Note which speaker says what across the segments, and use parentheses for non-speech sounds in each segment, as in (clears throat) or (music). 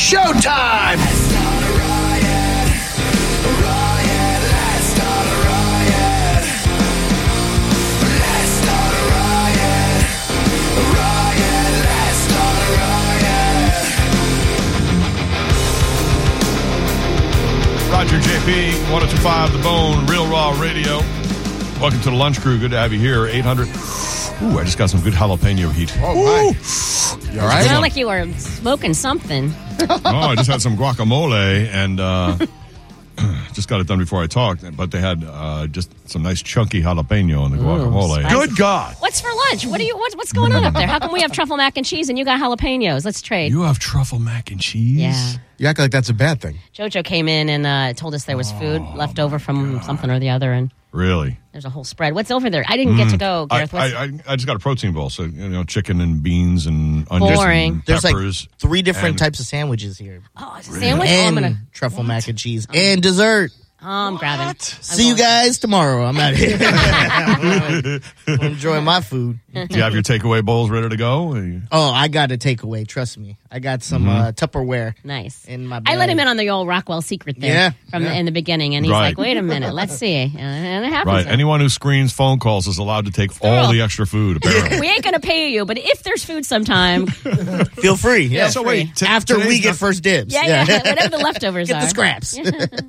Speaker 1: showtime!
Speaker 2: Roger JP, 1025 The Bone, Real Raw Radio. Welcome to the Lunch Crew. Good to have you here. 800. Ooh, I just got some good jalapeno heat.
Speaker 3: Oh, my. You all right?
Speaker 4: Sound like you were smoking something.
Speaker 2: (laughs) oh, I just had some guacamole and uh, (clears throat) just got it done before I talked. But they had uh, just some nice chunky jalapeno in the guacamole.
Speaker 3: Good God.
Speaker 4: What's for lunch? What do you? What's, what's going on up there? How come we have truffle mac and cheese and you got jalapenos? Let's trade.
Speaker 2: You have truffle mac and cheese?
Speaker 4: yeah.
Speaker 3: You act like that's a bad thing. (laughs)
Speaker 4: Jojo came in and uh, told us there was food left over from something or the other, and
Speaker 2: Really?
Speaker 4: there's a whole spread. What's over there? I didn't get to go,
Speaker 2: I,
Speaker 4: Gareth. What's,
Speaker 2: I, I, I just got a protein bowl. So, you know, chicken and beans and onions
Speaker 4: Boring.
Speaker 2: and
Speaker 5: There's
Speaker 2: peppers.
Speaker 5: like three different
Speaker 2: and-
Speaker 5: types of sandwiches here,
Speaker 4: oh, it's a sandwich. Oh, I'm
Speaker 5: and
Speaker 4: gonna.
Speaker 5: truffle mac and cheese, and dessert.
Speaker 4: Oh, I'm grabbing. I
Speaker 5: See you
Speaker 4: won't.
Speaker 5: guys tomorrow. I'm out of here.
Speaker 4: (laughs)
Speaker 5: (laughs) I'm gonna enjoy my food.
Speaker 2: Do you have your takeaway bowls ready to go? Or you-
Speaker 5: Oh, I got a takeaway. Trust me, I got
Speaker 2: Mm-hmm.
Speaker 5: some uh, Tupperware.
Speaker 4: Nice.
Speaker 5: In my
Speaker 4: I let
Speaker 5: belly.
Speaker 4: him in on the old Rockwell secret thing
Speaker 5: Yeah,
Speaker 4: from
Speaker 5: yeah.
Speaker 4: The, in the beginning, and he's
Speaker 2: Right.
Speaker 4: like, "Wait a minute, let's see." And, and it happens.
Speaker 2: Right. Anyone who screens phone calls is allowed to take all
Speaker 4: Girl.
Speaker 2: the extra food, apparently.
Speaker 4: we ain't gonna pay you, but if there's food sometime,
Speaker 5: Feel free. Yeah.
Speaker 2: So wait, t-
Speaker 5: After
Speaker 2: today's
Speaker 5: we get
Speaker 2: not-
Speaker 5: first dibs.
Speaker 4: yeah, (laughs) yeah, whatever the leftovers
Speaker 5: Get
Speaker 4: are,
Speaker 5: the
Speaker 4: (laughs)
Speaker 5: scraps.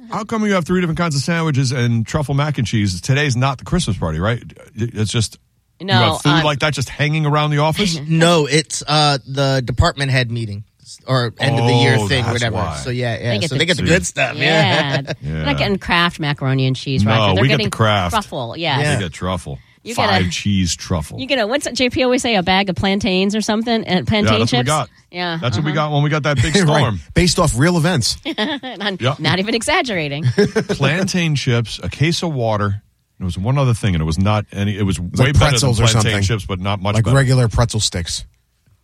Speaker 2: How come you have three different kinds of sandwiches and truffle mac and cheese? Today's not the Christmas party, right? It's just
Speaker 4: No,
Speaker 2: you have food
Speaker 4: um,
Speaker 2: like that just hanging around the
Speaker 4: (laughs)
Speaker 2: office.
Speaker 5: (laughs) no, it's uh, the department head meeting or end of the year
Speaker 2: Oh,
Speaker 5: thing,
Speaker 2: that's
Speaker 5: whatever.
Speaker 2: why.
Speaker 5: So yeah, yeah.
Speaker 4: They get
Speaker 5: so
Speaker 4: the-
Speaker 5: they get the good stuff.
Speaker 4: (laughs)
Speaker 5: Yeah.
Speaker 4: Yeah.
Speaker 2: Yeah.
Speaker 4: They're not getting Kraft macaroni and cheese,
Speaker 2: No,
Speaker 4: Roger. They're
Speaker 2: we get the
Speaker 4: getting
Speaker 2: Kraft.
Speaker 4: truffle. Yeah.
Speaker 5: Yeah.
Speaker 2: You get truffle,
Speaker 4: You get
Speaker 2: five
Speaker 4: a-
Speaker 2: cheese truffle.
Speaker 4: You get a what's that JP always say a bag of plantains or something and plantain
Speaker 2: yeah, that's
Speaker 4: chips.
Speaker 2: what we got.
Speaker 4: Yeah, Uh-huh.
Speaker 2: that's what we got when we
Speaker 4: (laughs)
Speaker 2: got that big
Speaker 3: Right.
Speaker 2: storm.
Speaker 3: Based off real events.
Speaker 4: And I'm
Speaker 2: Yeah.
Speaker 4: (laughs) not
Speaker 2: (laughs)
Speaker 4: even exaggerating.
Speaker 2: Plantain chips, a case of water. There was one other thing, and it was not any. It was way
Speaker 3: like
Speaker 2: better than
Speaker 3: pretzels or
Speaker 2: plantain
Speaker 3: something.
Speaker 2: chips, but not much
Speaker 3: Like
Speaker 2: better.
Speaker 3: regular pretzel sticks.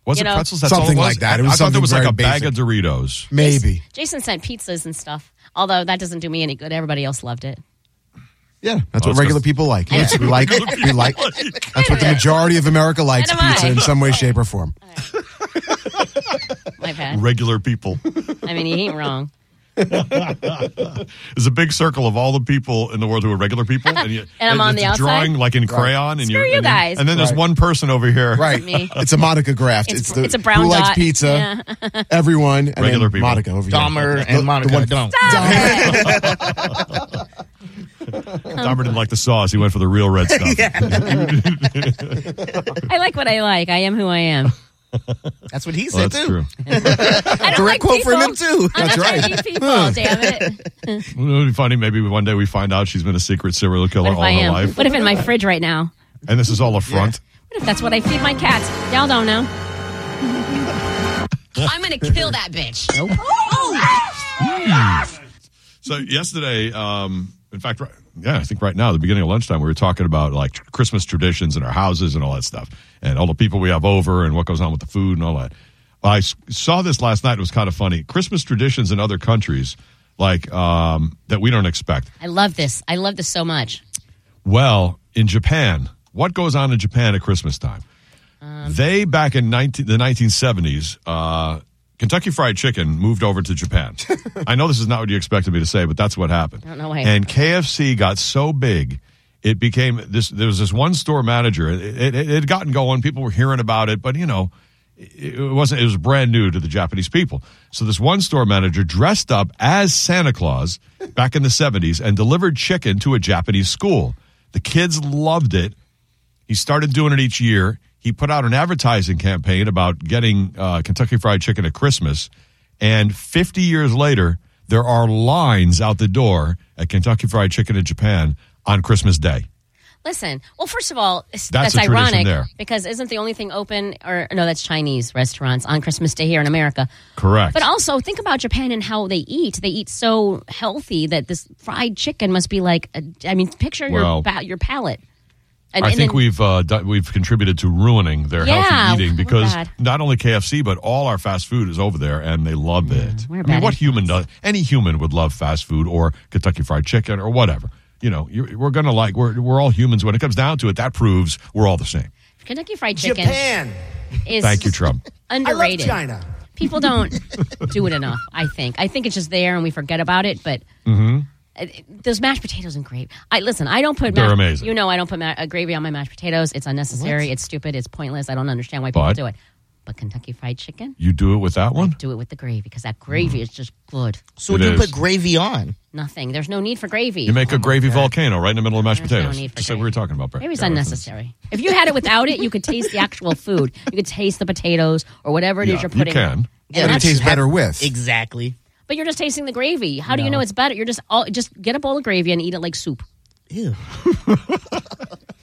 Speaker 2: was
Speaker 4: You
Speaker 2: it
Speaker 4: know,
Speaker 2: pretzels? That's
Speaker 3: Something
Speaker 2: all it was?
Speaker 3: like that. It
Speaker 2: I-
Speaker 3: was
Speaker 2: I thought
Speaker 3: something
Speaker 2: there was like
Speaker 3: very
Speaker 2: a bag
Speaker 3: basic.
Speaker 2: of Doritos.
Speaker 3: Maybe.
Speaker 4: Jason sent pizzas and stuff. Although that doesn't do me any good. Everybody else loved it.
Speaker 3: Yeah. That's what
Speaker 2: Oh, it's
Speaker 3: regular
Speaker 2: 'cause-
Speaker 3: people like. Yes, we like it. We like That's what the majority of America likes
Speaker 4: Neither am
Speaker 3: pizza
Speaker 4: I.
Speaker 3: in some way, shape, or form.
Speaker 4: My bad.
Speaker 2: Regular people.
Speaker 4: I mean, he
Speaker 2: (laughs)
Speaker 4: ain't wrong.
Speaker 2: There's a big circle of all the people in the world who are regular
Speaker 4: (laughs)
Speaker 2: people, and, you,
Speaker 4: And I'm on
Speaker 2: it's
Speaker 4: the
Speaker 2: a
Speaker 4: outside?
Speaker 2: drawing like in crayon. And
Speaker 4: Screw
Speaker 2: you
Speaker 4: you
Speaker 2: and
Speaker 4: guys.
Speaker 2: and then there's
Speaker 3: Right.
Speaker 2: one person over here,
Speaker 3: Right.
Speaker 4: me.
Speaker 3: It's a Monica graft.
Speaker 4: It's-
Speaker 3: It's, the
Speaker 4: it's a brown
Speaker 3: who likes
Speaker 4: dot.
Speaker 3: pizza.
Speaker 2: (laughs)
Speaker 4: (laughs)
Speaker 3: Everyone and
Speaker 2: Regular
Speaker 3: then
Speaker 2: people.
Speaker 3: Monica over here.
Speaker 5: Dahmer and Monica. don't.
Speaker 2: Dahmer didn't like the sauce. He went for the real red stuff. (laughs)
Speaker 4: I like what I like. I am who
Speaker 2: (laughs)
Speaker 4: I am.
Speaker 5: That's what he said
Speaker 2: Well, Oh, that's
Speaker 5: too.
Speaker 2: true.
Speaker 4: I don't like
Speaker 5: Direct quote
Speaker 4: people.
Speaker 5: from him too.
Speaker 4: I don't like these people.
Speaker 2: (laughs)
Speaker 4: Damn it!
Speaker 2: Well, It'd be funny. Maybe one day we find out she's been a secret serial killer
Speaker 4: What if
Speaker 2: all
Speaker 4: I
Speaker 2: her
Speaker 4: am?
Speaker 2: life,
Speaker 4: What if in my fridge right now?
Speaker 2: and this is all a front.
Speaker 4: What if that's what I feed my cats? Y'all
Speaker 2: (laughs)
Speaker 4: don't know. I'm gonna kill that bitch.
Speaker 2: So yesterday, um, in fact, right, yeah, I think right now, the beginning of lunchtime, we were talking about like tr- Christmas traditions in our houses and all that stuff, and all the people we have over, and what goes on with the food and all that. I s- saw this last night. It was kind of funny. Christmas traditions in other countries, like um, that we don't expect.
Speaker 4: I love this. I love this so much.
Speaker 2: Well, in Japan, what goes on in Japan at Christmas time? they back in 19, the 1970s, uh, Kentucky Fried Chicken moved over to
Speaker 4: (laughs)
Speaker 2: Japan. I know this is not what you expected me to say, but that's what happened.
Speaker 4: I don't know why.
Speaker 2: And KFC got so big, it became this. There was this one store manager. It, it, it had gotten going. People were hearing about it, but you know, it, it wasn't. It was brand new to the Japanese people. So this one store manager dressed up as Santa Claus back in the seventies and delivered chicken to a Japanese school. The kids loved it. He started doing it each year. He put out an advertising campaign about getting uh, Kentucky Fried Chicken at Christmas. And 50 years later, there are lines out the door at Kentucky Fried Chicken in Japan on Christmas Day.
Speaker 4: Listen, well, first of all, it's-
Speaker 2: That's
Speaker 4: that's,
Speaker 2: a tradition
Speaker 4: ironic
Speaker 2: there.
Speaker 4: because isn't the only thing open, or no, that's Chinese restaurants on Christmas Day here in America.
Speaker 2: Correct.
Speaker 4: But also think about Japan and how they eat. They eat so healthy that this fried chicken must be like, a, I mean, picture
Speaker 2: Well,
Speaker 4: your pa- your palate. And,
Speaker 2: I
Speaker 4: and
Speaker 2: think
Speaker 4: then-
Speaker 2: we've uh, do- we've contributed to ruining their
Speaker 4: Yeah, oh
Speaker 2: healthy eating
Speaker 4: we're
Speaker 2: because
Speaker 4: bad.
Speaker 2: not only KFC but all our fast food is over there and they love it. I
Speaker 4: we're
Speaker 2: mean,
Speaker 4: bad
Speaker 2: what human does? Any human would love fast food or Kentucky Fried Chicken or whatever. You know, you we're gonna like we're we're all humans. When it comes down to it, that proves we're all the same.
Speaker 4: Kentucky Fried Chicken
Speaker 6: Japan.
Speaker 4: is (laughs)
Speaker 2: Thank you, Trump.
Speaker 6: I love
Speaker 4: underrated.
Speaker 6: China.
Speaker 4: people
Speaker 2: (laughs)
Speaker 4: don't do it enough. I think. I think it's just there and we forget about it. But
Speaker 2: Mm-hmm.
Speaker 4: Uh, those mashed potatoes and gravy. I listen. I don't put.
Speaker 2: They're
Speaker 4: mashed-
Speaker 2: amazing.
Speaker 4: You know, I don't put ma- uh, gravy on my mashed potatoes. It's unnecessary. It's stupid. It's pointless. I don't understand why people
Speaker 2: But-
Speaker 4: do it. But Kentucky Fried Chicken,
Speaker 2: You do it with that one?
Speaker 4: do it with the gravy because that
Speaker 2: Mm.
Speaker 4: gravy is just good.
Speaker 5: So
Speaker 2: It
Speaker 5: you
Speaker 2: is.
Speaker 5: put gravy on.
Speaker 4: Nothing. There's no need for gravy.
Speaker 2: You make a gravy volcano right in the middle of mashed
Speaker 4: Oh There's no
Speaker 2: potatoes.
Speaker 4: need for
Speaker 2: Just like we
Speaker 4: gravy.
Speaker 2: were talking about. Brett.
Speaker 4: Maybe it's
Speaker 2: Jonathan.
Speaker 4: unnecessary. If you had it without it, you could taste the actual food. You could taste the potatoes or whatever it
Speaker 2: Yeah,
Speaker 4: is you're
Speaker 2: you
Speaker 4: putting.
Speaker 2: can.
Speaker 4: on. And
Speaker 5: Yeah,
Speaker 4: that's-
Speaker 5: that's-
Speaker 3: tastes better with.
Speaker 5: Exactly.
Speaker 4: but you're just tasting the gravy. How do you know it's better? You're just all, just get a bowl of gravy and eat it like soup
Speaker 5: Ew.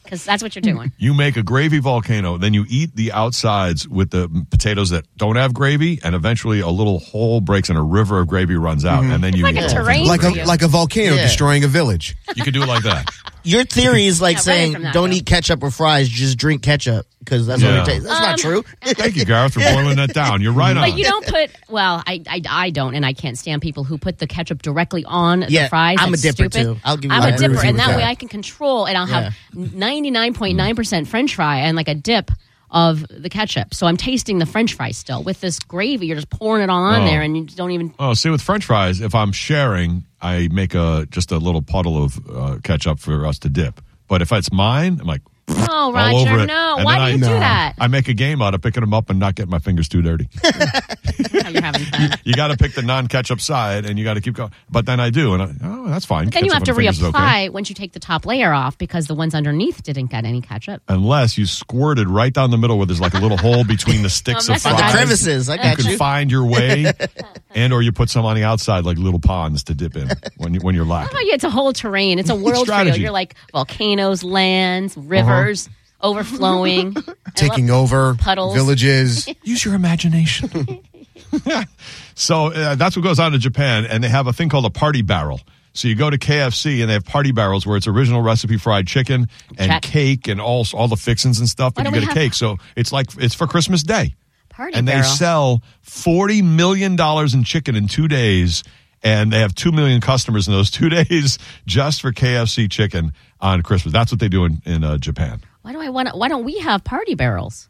Speaker 4: because that's what you're
Speaker 5: (laughs)
Speaker 4: doing.
Speaker 2: You make a gravy volcano, then you eat the outsides with the potatoes that don't have gravy, and eventually a little hole breaks and a river of gravy runs out, and then you
Speaker 4: Mm-hmm. like
Speaker 2: eat
Speaker 4: a
Speaker 2: the whole
Speaker 4: terrain.
Speaker 2: thing.
Speaker 3: Like
Speaker 4: Yeah.
Speaker 3: a like a volcano
Speaker 5: Yeah.
Speaker 3: destroying a
Speaker 4: (laughs)
Speaker 3: village.
Speaker 2: (laughs) You could do it like that.
Speaker 5: Your theory is like
Speaker 4: Yeah, right
Speaker 5: saying
Speaker 4: from that,
Speaker 5: don't
Speaker 4: though.
Speaker 5: eat ketchup or fries, just drink ketchup because that's
Speaker 2: Yeah.
Speaker 5: what it tastes. That's
Speaker 4: Um, (laughs)
Speaker 5: not true.
Speaker 2: Thank you, Gareth, for boiling that down. You're right on.
Speaker 4: But you
Speaker 5: (laughs)
Speaker 4: don't put. Well, I, I I don't, and I can't stand people who put the ketchup directly on the
Speaker 5: Yeah,
Speaker 4: fries.
Speaker 5: I'm a
Speaker 4: That's
Speaker 5: dipper,
Speaker 4: stupid.
Speaker 5: too. I'll give you
Speaker 4: I'm
Speaker 5: that. I
Speaker 4: a
Speaker 5: agree
Speaker 4: dipper,
Speaker 5: with you
Speaker 4: and
Speaker 5: with
Speaker 4: that, way
Speaker 5: that.
Speaker 4: I can control, and I'll have ninety nine point nine percent French fry and like a dip of the ketchup. So I'm tasting the French fry still with this gravy. You're just pouring it all on
Speaker 2: Oh.
Speaker 4: there, and you don't even.
Speaker 2: Oh, see, with French fries, if I'm sharing, I make a just a little puddle of uh, ketchup for us to dip. But if it's mine, I'm like
Speaker 4: Oh,
Speaker 2: all over
Speaker 4: Roger,
Speaker 2: it.
Speaker 4: no!
Speaker 2: And
Speaker 4: Why do
Speaker 2: then
Speaker 4: you
Speaker 2: I,
Speaker 4: do that?
Speaker 2: I make a game out of picking them up and not getting my fingers too dirty.
Speaker 4: How you're having fun.
Speaker 2: you got to pick the non-ketchup side, and you got to keep going. But then I do, and I, oh, that's fine.
Speaker 4: Then you have
Speaker 2: Ketchup
Speaker 4: to
Speaker 2: on fingers is
Speaker 4: reapply
Speaker 2: okay.
Speaker 4: once you take the top layer off because the ones underneath didn't get any ketchup.
Speaker 2: unless you squirted right down the middle where there's like a little hole between the sticks of
Speaker 4: Um, that's
Speaker 5: On
Speaker 4: Fries.
Speaker 5: the
Speaker 2: fries.
Speaker 5: crevices, I
Speaker 2: you
Speaker 5: got
Speaker 2: can
Speaker 5: you.
Speaker 2: find your way, and or you put some on the outside like little ponds to dip in when you, when you're lacking.
Speaker 4: Oh, yeah, it's a whole terrain.
Speaker 2: (laughs)
Speaker 4: It's a world for you.
Speaker 2: strategy. Uh-huh.
Speaker 4: You're like volcanoes, lands, rivers,
Speaker 2: (laughs)
Speaker 4: overflowing,
Speaker 3: Taking over
Speaker 4: puddles. (laughs)
Speaker 3: villages.
Speaker 2: Use your imagination. (laughs) so uh, that's what goes on in Japan, and they have a thing called a party barrel. So you go to KFC and they have party barrels where it's original recipe fried chicken and
Speaker 4: Check.
Speaker 2: cake and all all the fixings and stuff.
Speaker 4: Why
Speaker 2: But you
Speaker 4: don't
Speaker 2: get a
Speaker 4: we have-
Speaker 2: cake, so it's like it's for Christmas Day.
Speaker 4: party
Speaker 2: and they
Speaker 4: barrel.
Speaker 2: sell forty million dollars in chicken in two days, and they have two million customers in those (laughs) two days just for KFC chicken on Christmas. That's what they do in in uh, Japan.
Speaker 4: why do I want? Why don't we have party barrels?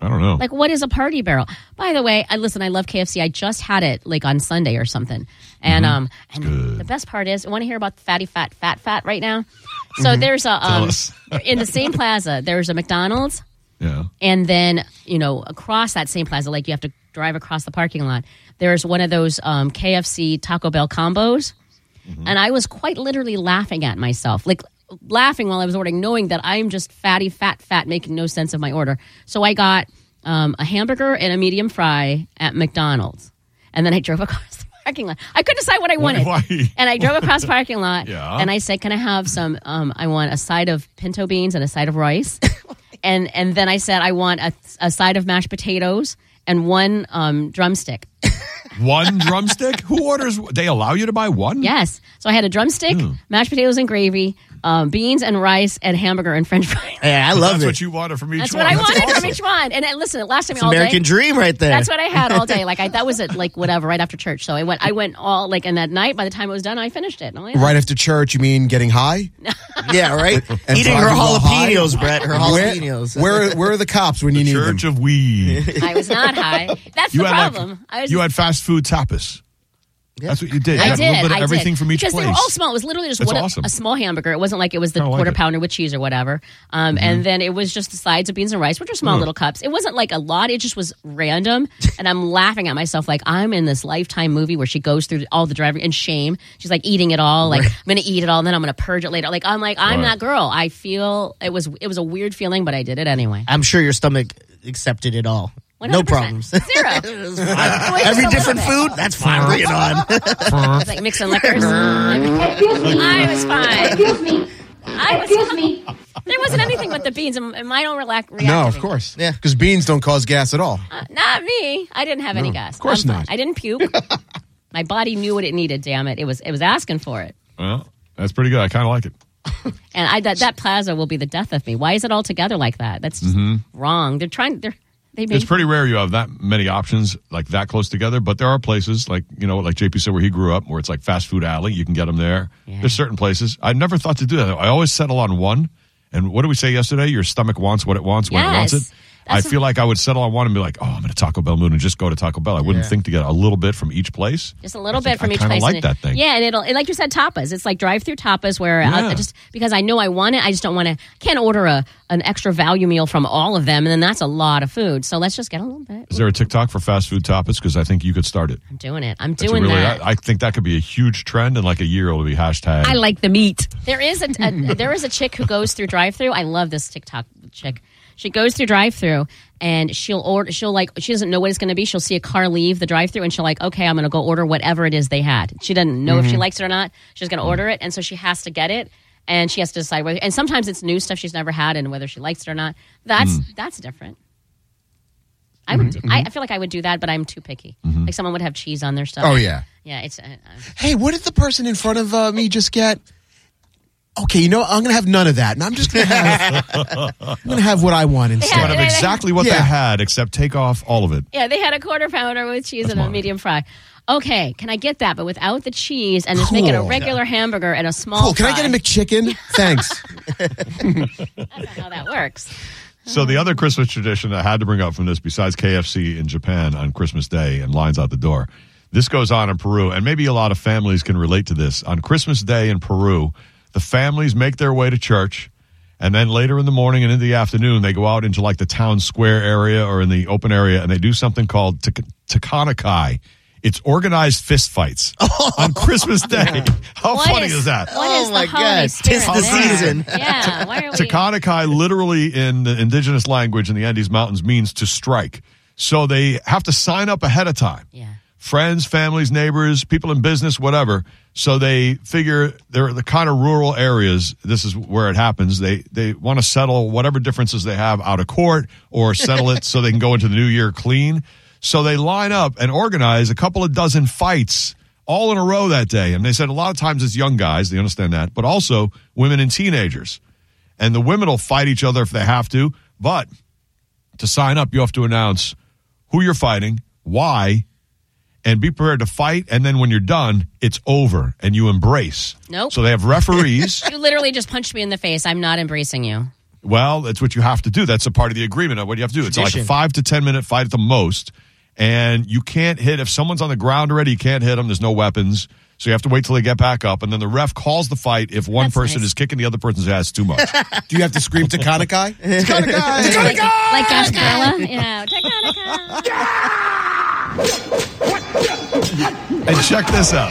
Speaker 2: I don't know.
Speaker 4: Like, what is a party barrel? By the way, I listen. I love KFC. I just had it like on Sunday or something, and
Speaker 2: Mm-hmm.
Speaker 4: um, and the best part is, I want to hear about the fatty fat fat fat right now. So there's a um,
Speaker 2: Mm-hmm. us.
Speaker 4: in
Speaker 2: (laughs)
Speaker 4: the same plaza. There's a McDonald's.
Speaker 2: yeah.
Speaker 4: and then you know across that same plaza like you have to drive across the parking lot there's one of those um, kfc taco bell combos
Speaker 2: Mm-hmm.
Speaker 4: and i was quite literally laughing at myself like laughing while i was ordering knowing that i'm just fatty fat fat making no sense of my order so i got um, a hamburger and a medium fry at mcdonald's and then i drove (laughs) across the parking lot i couldn't decide what i wanted
Speaker 2: why?
Speaker 4: and i drove
Speaker 2: (laughs)
Speaker 4: across the parking lot
Speaker 2: Yeah.
Speaker 4: and i said can i have some um, i want a side of pinto beans and a side of
Speaker 2: (laughs)
Speaker 4: rice and and then I said I want a, a side of mashed potatoes and one um,
Speaker 2: (laughs)
Speaker 4: drumstick.
Speaker 2: One drumstick? Who orders? They allow you to buy one?
Speaker 4: Yes, so I had a drumstick,
Speaker 2: Hmm.
Speaker 4: mashed potatoes and gravy, um, beans and rice, and hamburger and French fries.
Speaker 5: Yeah, I love
Speaker 2: That's
Speaker 5: it.
Speaker 2: what you wanted from each
Speaker 4: (laughs) That's
Speaker 2: one.
Speaker 4: what I
Speaker 2: That's
Speaker 4: wanted
Speaker 2: awesome.
Speaker 4: from each one. And it, listen, it lasted me all
Speaker 5: American
Speaker 4: day.
Speaker 5: dream right there.
Speaker 4: That's what I had all day. Like
Speaker 2: (laughs)
Speaker 4: I, that was at like whatever right after church. So I went, I went all like, and that night, by the time it was done, I finished it. And I'm like,
Speaker 3: Right after church, you mean getting high?
Speaker 5: yeah, right.
Speaker 2: (laughs)
Speaker 3: And
Speaker 5: Eating her
Speaker 3: fried little high.
Speaker 5: jalapenos, Brett. Her
Speaker 3: Where,
Speaker 5: jalapenos. (laughs)
Speaker 3: where where are the cops when you need them?
Speaker 2: Church of Weed.
Speaker 4: I was
Speaker 2: (laughs)
Speaker 4: not high. That's
Speaker 2: You
Speaker 4: the
Speaker 2: had
Speaker 4: problem. I
Speaker 2: like
Speaker 4: was
Speaker 2: you had fast food tapas. That's what you did. You
Speaker 4: I
Speaker 2: had a
Speaker 4: did.
Speaker 2: little bit of
Speaker 4: I
Speaker 2: everything
Speaker 4: did.
Speaker 2: from each
Speaker 4: because
Speaker 2: place.
Speaker 4: they were all small. It was literally just
Speaker 2: That's
Speaker 4: one,
Speaker 2: awesome.
Speaker 4: a small hamburger. It wasn't like it was the
Speaker 2: Kinda like
Speaker 4: quarter
Speaker 2: it. Mm-hmm.
Speaker 4: pounder with cheese or whatever. Um, And then it was just the sides of beans and rice, which are
Speaker 2: Mm.
Speaker 4: small little cups. It wasn't like a lot. It just was
Speaker 2: (laughs)
Speaker 4: random. and I'm laughing at myself. Like I'm in this Lifetime movie where she goes through all the driving in shame. She's like eating it all. Like I'm gonna eat it all, and then I'm gonna purge it later. Like I'm like I'm
Speaker 2: Right.
Speaker 4: that girl. I feel it was it was a weird feeling, but I did it anyway.
Speaker 5: I'm sure your stomach accepted it all. No
Speaker 2: (laughs)
Speaker 4: 100%.
Speaker 5: problems.
Speaker 4: Zero.
Speaker 5: Every different food, that's fine. Bring it on.
Speaker 4: It's like mixing liquors.
Speaker 2: (laughs)
Speaker 4: I was fine. Excuse me. I was Excuse me. There wasn't anything but the beans, and, and I don't relax. react
Speaker 3: No,
Speaker 4: to
Speaker 3: of
Speaker 4: me.
Speaker 3: course.
Speaker 5: Yeah. Uh-uh.
Speaker 3: Because beans don't cause gas at all.
Speaker 4: Uh, not me. I didn't have any gas. Of
Speaker 3: course
Speaker 4: I'm fine.
Speaker 3: not.
Speaker 4: I
Speaker 2: (laughs)
Speaker 4: didn't puke. My body knew what it needed. Damn it! It was it was asking for it.
Speaker 2: Well, that's pretty good. I kind of like it.
Speaker 4: And I that that plaza will be the death of me. Why is it all together like that? That's just wrong. They're trying. They're they made
Speaker 2: Mm-hmm. It's pretty rare you have that many options like that close together, but there are places like, you know, like JP said, where he grew up, where it's like fast food alley. You can get them there.
Speaker 4: Yeah.
Speaker 2: There's certain places. I never thought to do that. I always settle on one. And what did we say yesterday? Your stomach wants what it wants when it wants
Speaker 4: Yes.
Speaker 2: it. I feel like I would settle on one and be like, oh, I'm going to Taco Bell Moon and just go to Taco Bell. I wouldn't
Speaker 5: Yeah.
Speaker 2: think to get a little bit from each place.
Speaker 4: Just a little
Speaker 2: I
Speaker 4: bit
Speaker 2: think
Speaker 4: from
Speaker 2: I
Speaker 4: each
Speaker 2: kinda
Speaker 4: place.
Speaker 2: like
Speaker 4: and
Speaker 2: that thing.
Speaker 4: Yeah, and it'll and like you said, tapas. It's like drive-through tapas where I-
Speaker 2: Yeah.
Speaker 4: I just because I know I want it, I just don't want to. Can't order a an extra value meal from all of them, and then that's a lot of food. So let's just get a little bit.
Speaker 2: Is there a TikTok for fast food tapas? Because I think you could start it.
Speaker 4: I'm doing it. I'm
Speaker 2: It's
Speaker 4: doing
Speaker 2: really-
Speaker 4: that.
Speaker 2: I, I think that could be a huge trend. In like a year, it'll be hashtag.
Speaker 1: I like the meat.
Speaker 4: There is a,
Speaker 3: (laughs)
Speaker 4: a there is a chick who goes through drive through. I love this TikTok chick. She goes through drive through and she'll order. She'll like she doesn't know what it's going to be. She'll see a car leave the drive through and she'll like, okay, I'm going to go order whatever it is they had. She doesn't know if
Speaker 3: Mm-hmm.
Speaker 4: she likes it or not. She's going to order it, and so she has to get it. And she has to decide whether. And sometimes it's new stuff she's never had, and whether she likes it or not. That's
Speaker 3: Mm.
Speaker 4: that's different. I
Speaker 3: Mm-hmm,
Speaker 4: would. do- I, I feel like I would do that, but I'm too picky. Like someone would have cheese on their stuff.
Speaker 3: Oh, yeah.
Speaker 4: yeah. It's. Uh, uh,
Speaker 3: Hey, what did the person in front of uh, me just get? Okay, you know what? I'm gonna have none of that, and I'm just gonna
Speaker 5: (laughs)
Speaker 3: have I'm gonna have what I want
Speaker 4: Yeah,
Speaker 2: Kind
Speaker 3: instead.
Speaker 2: of
Speaker 4: yeah,
Speaker 2: exactly what they
Speaker 3: yeah.
Speaker 2: had, except take off all of it.
Speaker 4: Yeah, they had a quarter pounder with cheese and a
Speaker 2: moderate.
Speaker 4: medium fry. Okay, can I get that, but without the cheese, and just make it a
Speaker 3: Cool.
Speaker 4: regular hamburger and a small.
Speaker 3: Cool. Can I get a
Speaker 4: fry?
Speaker 3: McChicken? Thanks.
Speaker 4: I don't know how that works.
Speaker 2: So the other Christmas tradition I had to bring up from this, besides KFC in Japan on Christmas Day and lines out the door, this goes on in Peru, and maybe a lot of families can relate to this. On Christmas Day in Peru, the families make their way to church, and then later in the morning and in the afternoon, they go out into like the town square area or in the open area, and they do something called Tek- Tekanakai. It's organized fist fights on Christmas Day. How
Speaker 4: What
Speaker 2: funny is that?
Speaker 4: What
Speaker 5: Oh
Speaker 4: is
Speaker 5: my
Speaker 4: the Holy
Speaker 5: God,
Speaker 4: Spirit
Speaker 5: tis the
Speaker 4: there?
Speaker 5: season. (laughs)
Speaker 4: Yeah, why are we?
Speaker 2: Takanakai literally in the indigenous language in the Andes Mountains means to strike. So they have to sign up ahead of time.
Speaker 4: Yeah.
Speaker 2: Friends, families, neighbors, people in business, whatever. So they figure they're the kind of rural areas. This is where it happens. They they want to settle whatever differences they have out of court or settle it so they can go into the new year clean. So they line up and organize a couple of dozen fights all in a row that day. And they said a lot of times it's young guys, they understand that, but also women and teenagers and the women will fight each other if they have to. But to sign up, you have to announce who you're fighting, why, and be prepared to fight. And then when you're done, it's over and you embrace.
Speaker 4: Nope.
Speaker 2: So they have referees.
Speaker 4: (laughs) You literally just punched me in the face. I'm not embracing you.
Speaker 2: Well, that's what you have to do. That's a part of the agreement of what you have to do. It's like a
Speaker 5: Tradition.
Speaker 2: five to ten minute fight at the most, and you can't hit if someone's on the ground already. You can't hit them. There's no weapons, so you have to wait till they get back up, and then the ref calls the fight if one
Speaker 4: That's
Speaker 2: person
Speaker 4: nice.
Speaker 2: is kicking the other person's ass too
Speaker 4: (laughs)
Speaker 2: much.
Speaker 3: Do you have to scream Takana
Speaker 5: (laughs)
Speaker 3: Kai?
Speaker 4: Like, like
Speaker 3: (laughs)
Speaker 4: Gasparilla? Yeah. Takanakai.
Speaker 2: And check this out.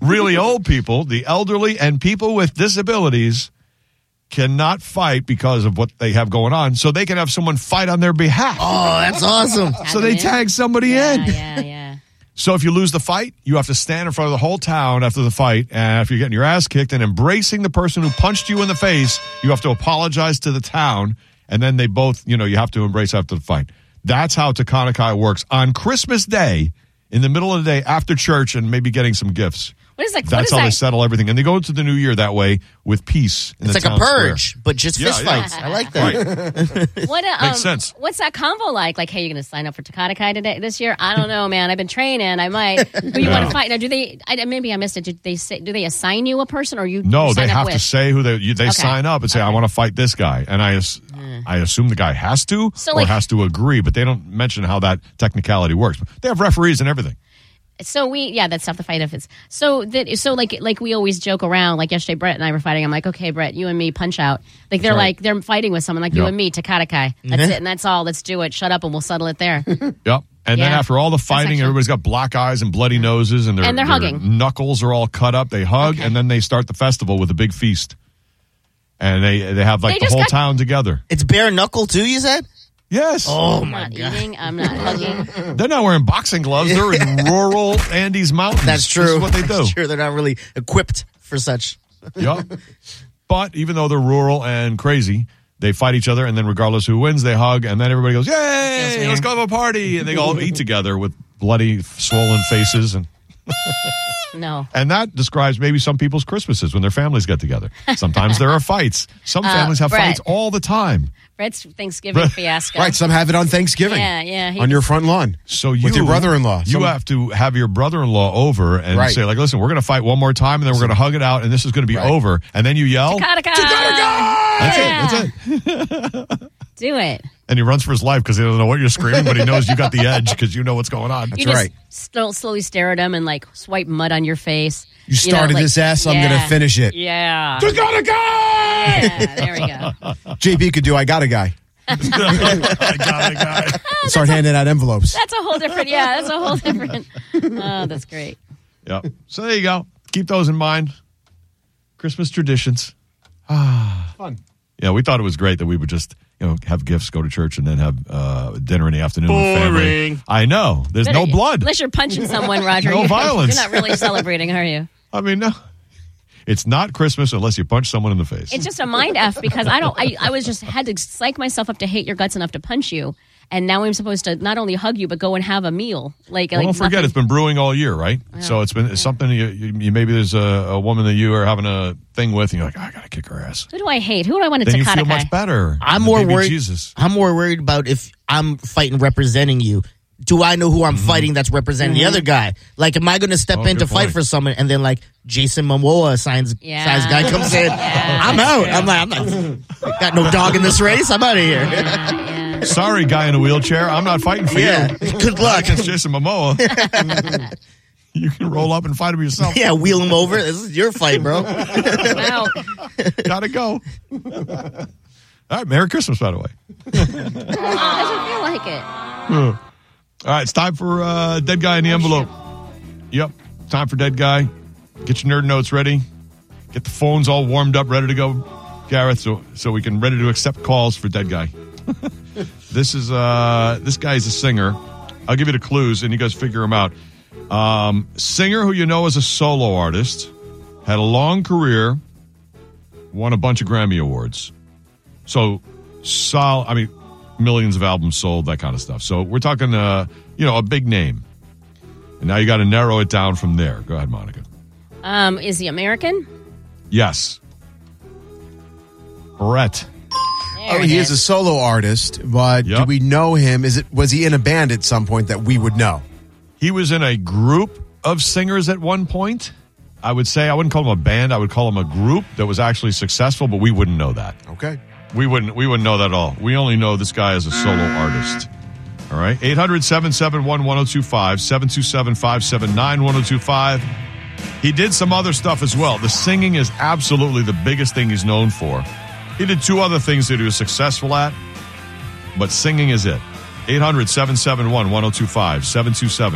Speaker 2: Really old people, the elderly, and people with disabilities cannot fight because of what they have going on. So they can have someone fight on their behalf.
Speaker 5: Oh, that's awesome.
Speaker 2: so they
Speaker 4: Yeah.
Speaker 2: tag somebody in.
Speaker 4: Yeah, yeah, yeah.
Speaker 2: So if you lose the fight, you have to stand in front of the whole town after the fight. And if you're getting your ass kicked and embracing the person who punched you in the face, you have to apologize to the town. And then they both, you know, you have to embrace after the fight. That's how Takanakai works on Christmas Day, in the middle of the day after church, and maybe getting some gifts.
Speaker 4: What is that?
Speaker 2: That's how
Speaker 4: what
Speaker 2: they
Speaker 4: is that?
Speaker 2: settle everything, and they go into the new year that way with peace. in the
Speaker 5: It's like a
Speaker 2: town square.
Speaker 5: purge, but just
Speaker 2: Yeah,
Speaker 5: fist
Speaker 2: yeah.
Speaker 5: fights. I like that.
Speaker 4: What a, um,
Speaker 2: Makes sense.
Speaker 4: What's that combo like? Like, hey, you're going to sign up for Takata Kai today this year? I don't know, man. I've been training. I might.
Speaker 2: (laughs)
Speaker 4: Who you want
Speaker 2: Yeah.
Speaker 4: to fight? Now, do they? I, maybe I missed it. Do they say, do they assign you a person or you?
Speaker 2: No,
Speaker 4: you
Speaker 2: they
Speaker 4: sign up
Speaker 2: have to
Speaker 4: with?
Speaker 2: say who they you, they
Speaker 4: Okay.
Speaker 2: sign up and say I want to fight this guy, and I ass- I assume the guy has to
Speaker 4: So,
Speaker 2: or
Speaker 4: like-
Speaker 2: has to agree, but they don't mention how that technicality works. They have referees and everything.
Speaker 4: So we, yeah, that's not the fight if it's so that so like like we always joke around. Like yesterday, Brett and I were fighting. I'm like, okay, Brett, you and me punch out. Like they're like they're fighting with someone like you
Speaker 2: Yeah. Mm-hmm.
Speaker 4: and me, Takata Kai. That's it, and that's all. Let's do it. Shut up, and we'll settle
Speaker 2: (laughs)
Speaker 4: it there.
Speaker 2: Yep. And then
Speaker 4: Yeah.
Speaker 2: after all the fighting,
Speaker 4: actually-
Speaker 2: everybody's got black eyes and bloody noses, and, their,
Speaker 4: And they're
Speaker 2: their
Speaker 4: hugging.
Speaker 2: Knuckles are all cut up. They hug, and then they start the festival with a big feast, and they they have
Speaker 4: They
Speaker 2: like the
Speaker 4: just
Speaker 2: whole
Speaker 4: got-
Speaker 2: town together.
Speaker 5: It's bare knuckle too. You said?
Speaker 2: Yes.
Speaker 5: Oh
Speaker 4: I'm
Speaker 5: my
Speaker 4: not
Speaker 5: god!
Speaker 4: eating. I'm not
Speaker 2: (laughs)
Speaker 4: hugging.
Speaker 2: They're not wearing boxing gloves. They're
Speaker 5: (laughs)
Speaker 2: in rural Andes mountains.
Speaker 5: That's true.
Speaker 2: This is what they do.
Speaker 5: (laughs) That's true. They're not really equipped for such.
Speaker 3: (laughs)
Speaker 2: yep. But even though they're rural and crazy, they fight each other, and then regardless who wins, they hug, and then everybody goes, "Yay! Let's go have a party!" And they all eat together with bloody, swollen faces, and
Speaker 4: No.
Speaker 2: and that describes maybe some people's Christmases when their families get together.
Speaker 3: (laughs)
Speaker 2: Sometimes there are fights.
Speaker 3: Uh,
Speaker 2: Some families have
Speaker 4: Brett.
Speaker 2: fights all the time.
Speaker 4: Brett's Thanksgiving fiasco.
Speaker 3: Right, some have it on Thanksgiving.
Speaker 4: Yeah, yeah, he-
Speaker 3: on your front lawn.
Speaker 2: So you
Speaker 3: with your brother-in-law.
Speaker 2: you
Speaker 3: Some-
Speaker 2: have to have your brother-in-law over and
Speaker 3: Right.
Speaker 2: say like, "Listen, we're going to fight one more time, and then we're going to hug it out, and this is going to be over." And then you yell,
Speaker 4: Takata Kai.
Speaker 2: That's
Speaker 4: Yeah.
Speaker 2: it. That's it.
Speaker 4: (laughs) Do it.
Speaker 2: And he runs for his life because he doesn't know what you're screaming, but he knows you got the edge because you know what's going on.
Speaker 3: That's
Speaker 4: you just
Speaker 3: right.
Speaker 4: still slowly stare at him and like swipe mud on your face.
Speaker 3: You started this ass, I'm gonna finish it.
Speaker 4: Yeah.
Speaker 2: We got a guy!
Speaker 4: yeah. There we go.
Speaker 3: JP could do. (laughs) I got a guy.
Speaker 2: I got a guy.
Speaker 3: Start handing out envelopes.
Speaker 4: That's a whole different. Yeah, that's a whole different. Oh, that's great.
Speaker 2: Yep. (laughs) So there you go. Keep those in mind. Christmas traditions. (sighs)
Speaker 3: Fun.
Speaker 2: Yeah, we thought it was great that we would just, you know, have gifts, go to church, and then have uh, dinner in the afternoon with family.
Speaker 5: Boring.
Speaker 2: I know. There's no
Speaker 4: Better-
Speaker 2: blood.
Speaker 4: Unless you're punching someone, Roger.
Speaker 2: No
Speaker 4: You're-
Speaker 2: violence.
Speaker 4: You're not really celebrating, are you?
Speaker 2: I mean, no. It's not Christmas unless you punch someone in the face.
Speaker 4: It's just a mind f because I don't. I, I was just had to psych myself up to hate your guts enough to punch you, and now I'm supposed to not only hug you but go and have a meal. Like,
Speaker 2: Well,
Speaker 4: like
Speaker 2: don't forget,
Speaker 4: nothing-
Speaker 2: it's been brewing all year, right? So it's been it's something you, you, you maybe there's a, a woman that you are having a thing with, and you're like, "Ah, I gotta kick her ass.
Speaker 4: Who do I hate? Who do I want to
Speaker 2: Then you
Speaker 4: Takata
Speaker 2: feel much better.
Speaker 5: I'm
Speaker 2: The
Speaker 5: more
Speaker 2: baby
Speaker 5: worried.
Speaker 2: Jesus,
Speaker 5: I'm more worried about if I'm fighting representing you. Do I know who I'm fighting that's representing
Speaker 4: Mm-hmm.
Speaker 5: the other guy? Like, am I going to step
Speaker 2: Mm-hmm. Oh,
Speaker 5: in to
Speaker 2: good
Speaker 5: fight
Speaker 2: point.
Speaker 5: for someone and then like Jason Momoa signs
Speaker 4: Yeah.
Speaker 5: size guy comes in?
Speaker 4: (laughs) Yeah,
Speaker 5: I'm out. I'm like, I'm
Speaker 4: (laughs)
Speaker 5: not got no dog in this race. I'm out of here.
Speaker 4: Yeah.
Speaker 2: sorry, guy in a wheelchair, I'm not fighting for
Speaker 5: Yeah.
Speaker 2: you.
Speaker 5: Good luck.
Speaker 2: It's Jason
Speaker 5: (laughs)
Speaker 2: Momoa. you can roll up and fight him yourself.
Speaker 5: Yeah, wheel him over. This is your fight, bro.
Speaker 4: Wow.
Speaker 2: Gotta go. all right, Merry Christmas, by the way.
Speaker 4: (laughs) doesn't feel like it.
Speaker 2: All right, it's time for uh, Dead Guy in the Envelope. Yep, time for Dead Guy. Get your nerd notes ready. Get the phones all warmed up, ready to go, Gareth, so, so we can ready to accept calls for Dead Guy. this is uh, this guy's a singer. I'll give you the clues, and you guys figure them out. Um, singer who you know is a solo artist, had a long career, won a bunch of Grammy awards. So, sol. I mean, millions of albums sold, that kind of stuff. So we're talking, uh, you know, a big name. And now you got to narrow it down from there. Go ahead, Monica.
Speaker 4: Um, is he American?
Speaker 2: Yes, Brett.
Speaker 4: There
Speaker 3: Oh,
Speaker 4: it
Speaker 3: he is a solo artist, but do
Speaker 2: Yep.
Speaker 3: we know him? Is it was he in a band at some point that we would know?
Speaker 2: He was in a group of singers at one point. I would say I wouldn't call him a band. I would call him a group that was actually successful, but we wouldn't know that.
Speaker 3: Okay.
Speaker 2: We wouldn't we wouldn't know that at all. We only know this guy is a solo artist. All right. 800-771-1025, 727-579-1025. He did some other stuff as well. The singing is absolutely the biggest thing he's known for. He did two other things that he was successful at, but singing is it. 800-771-1025,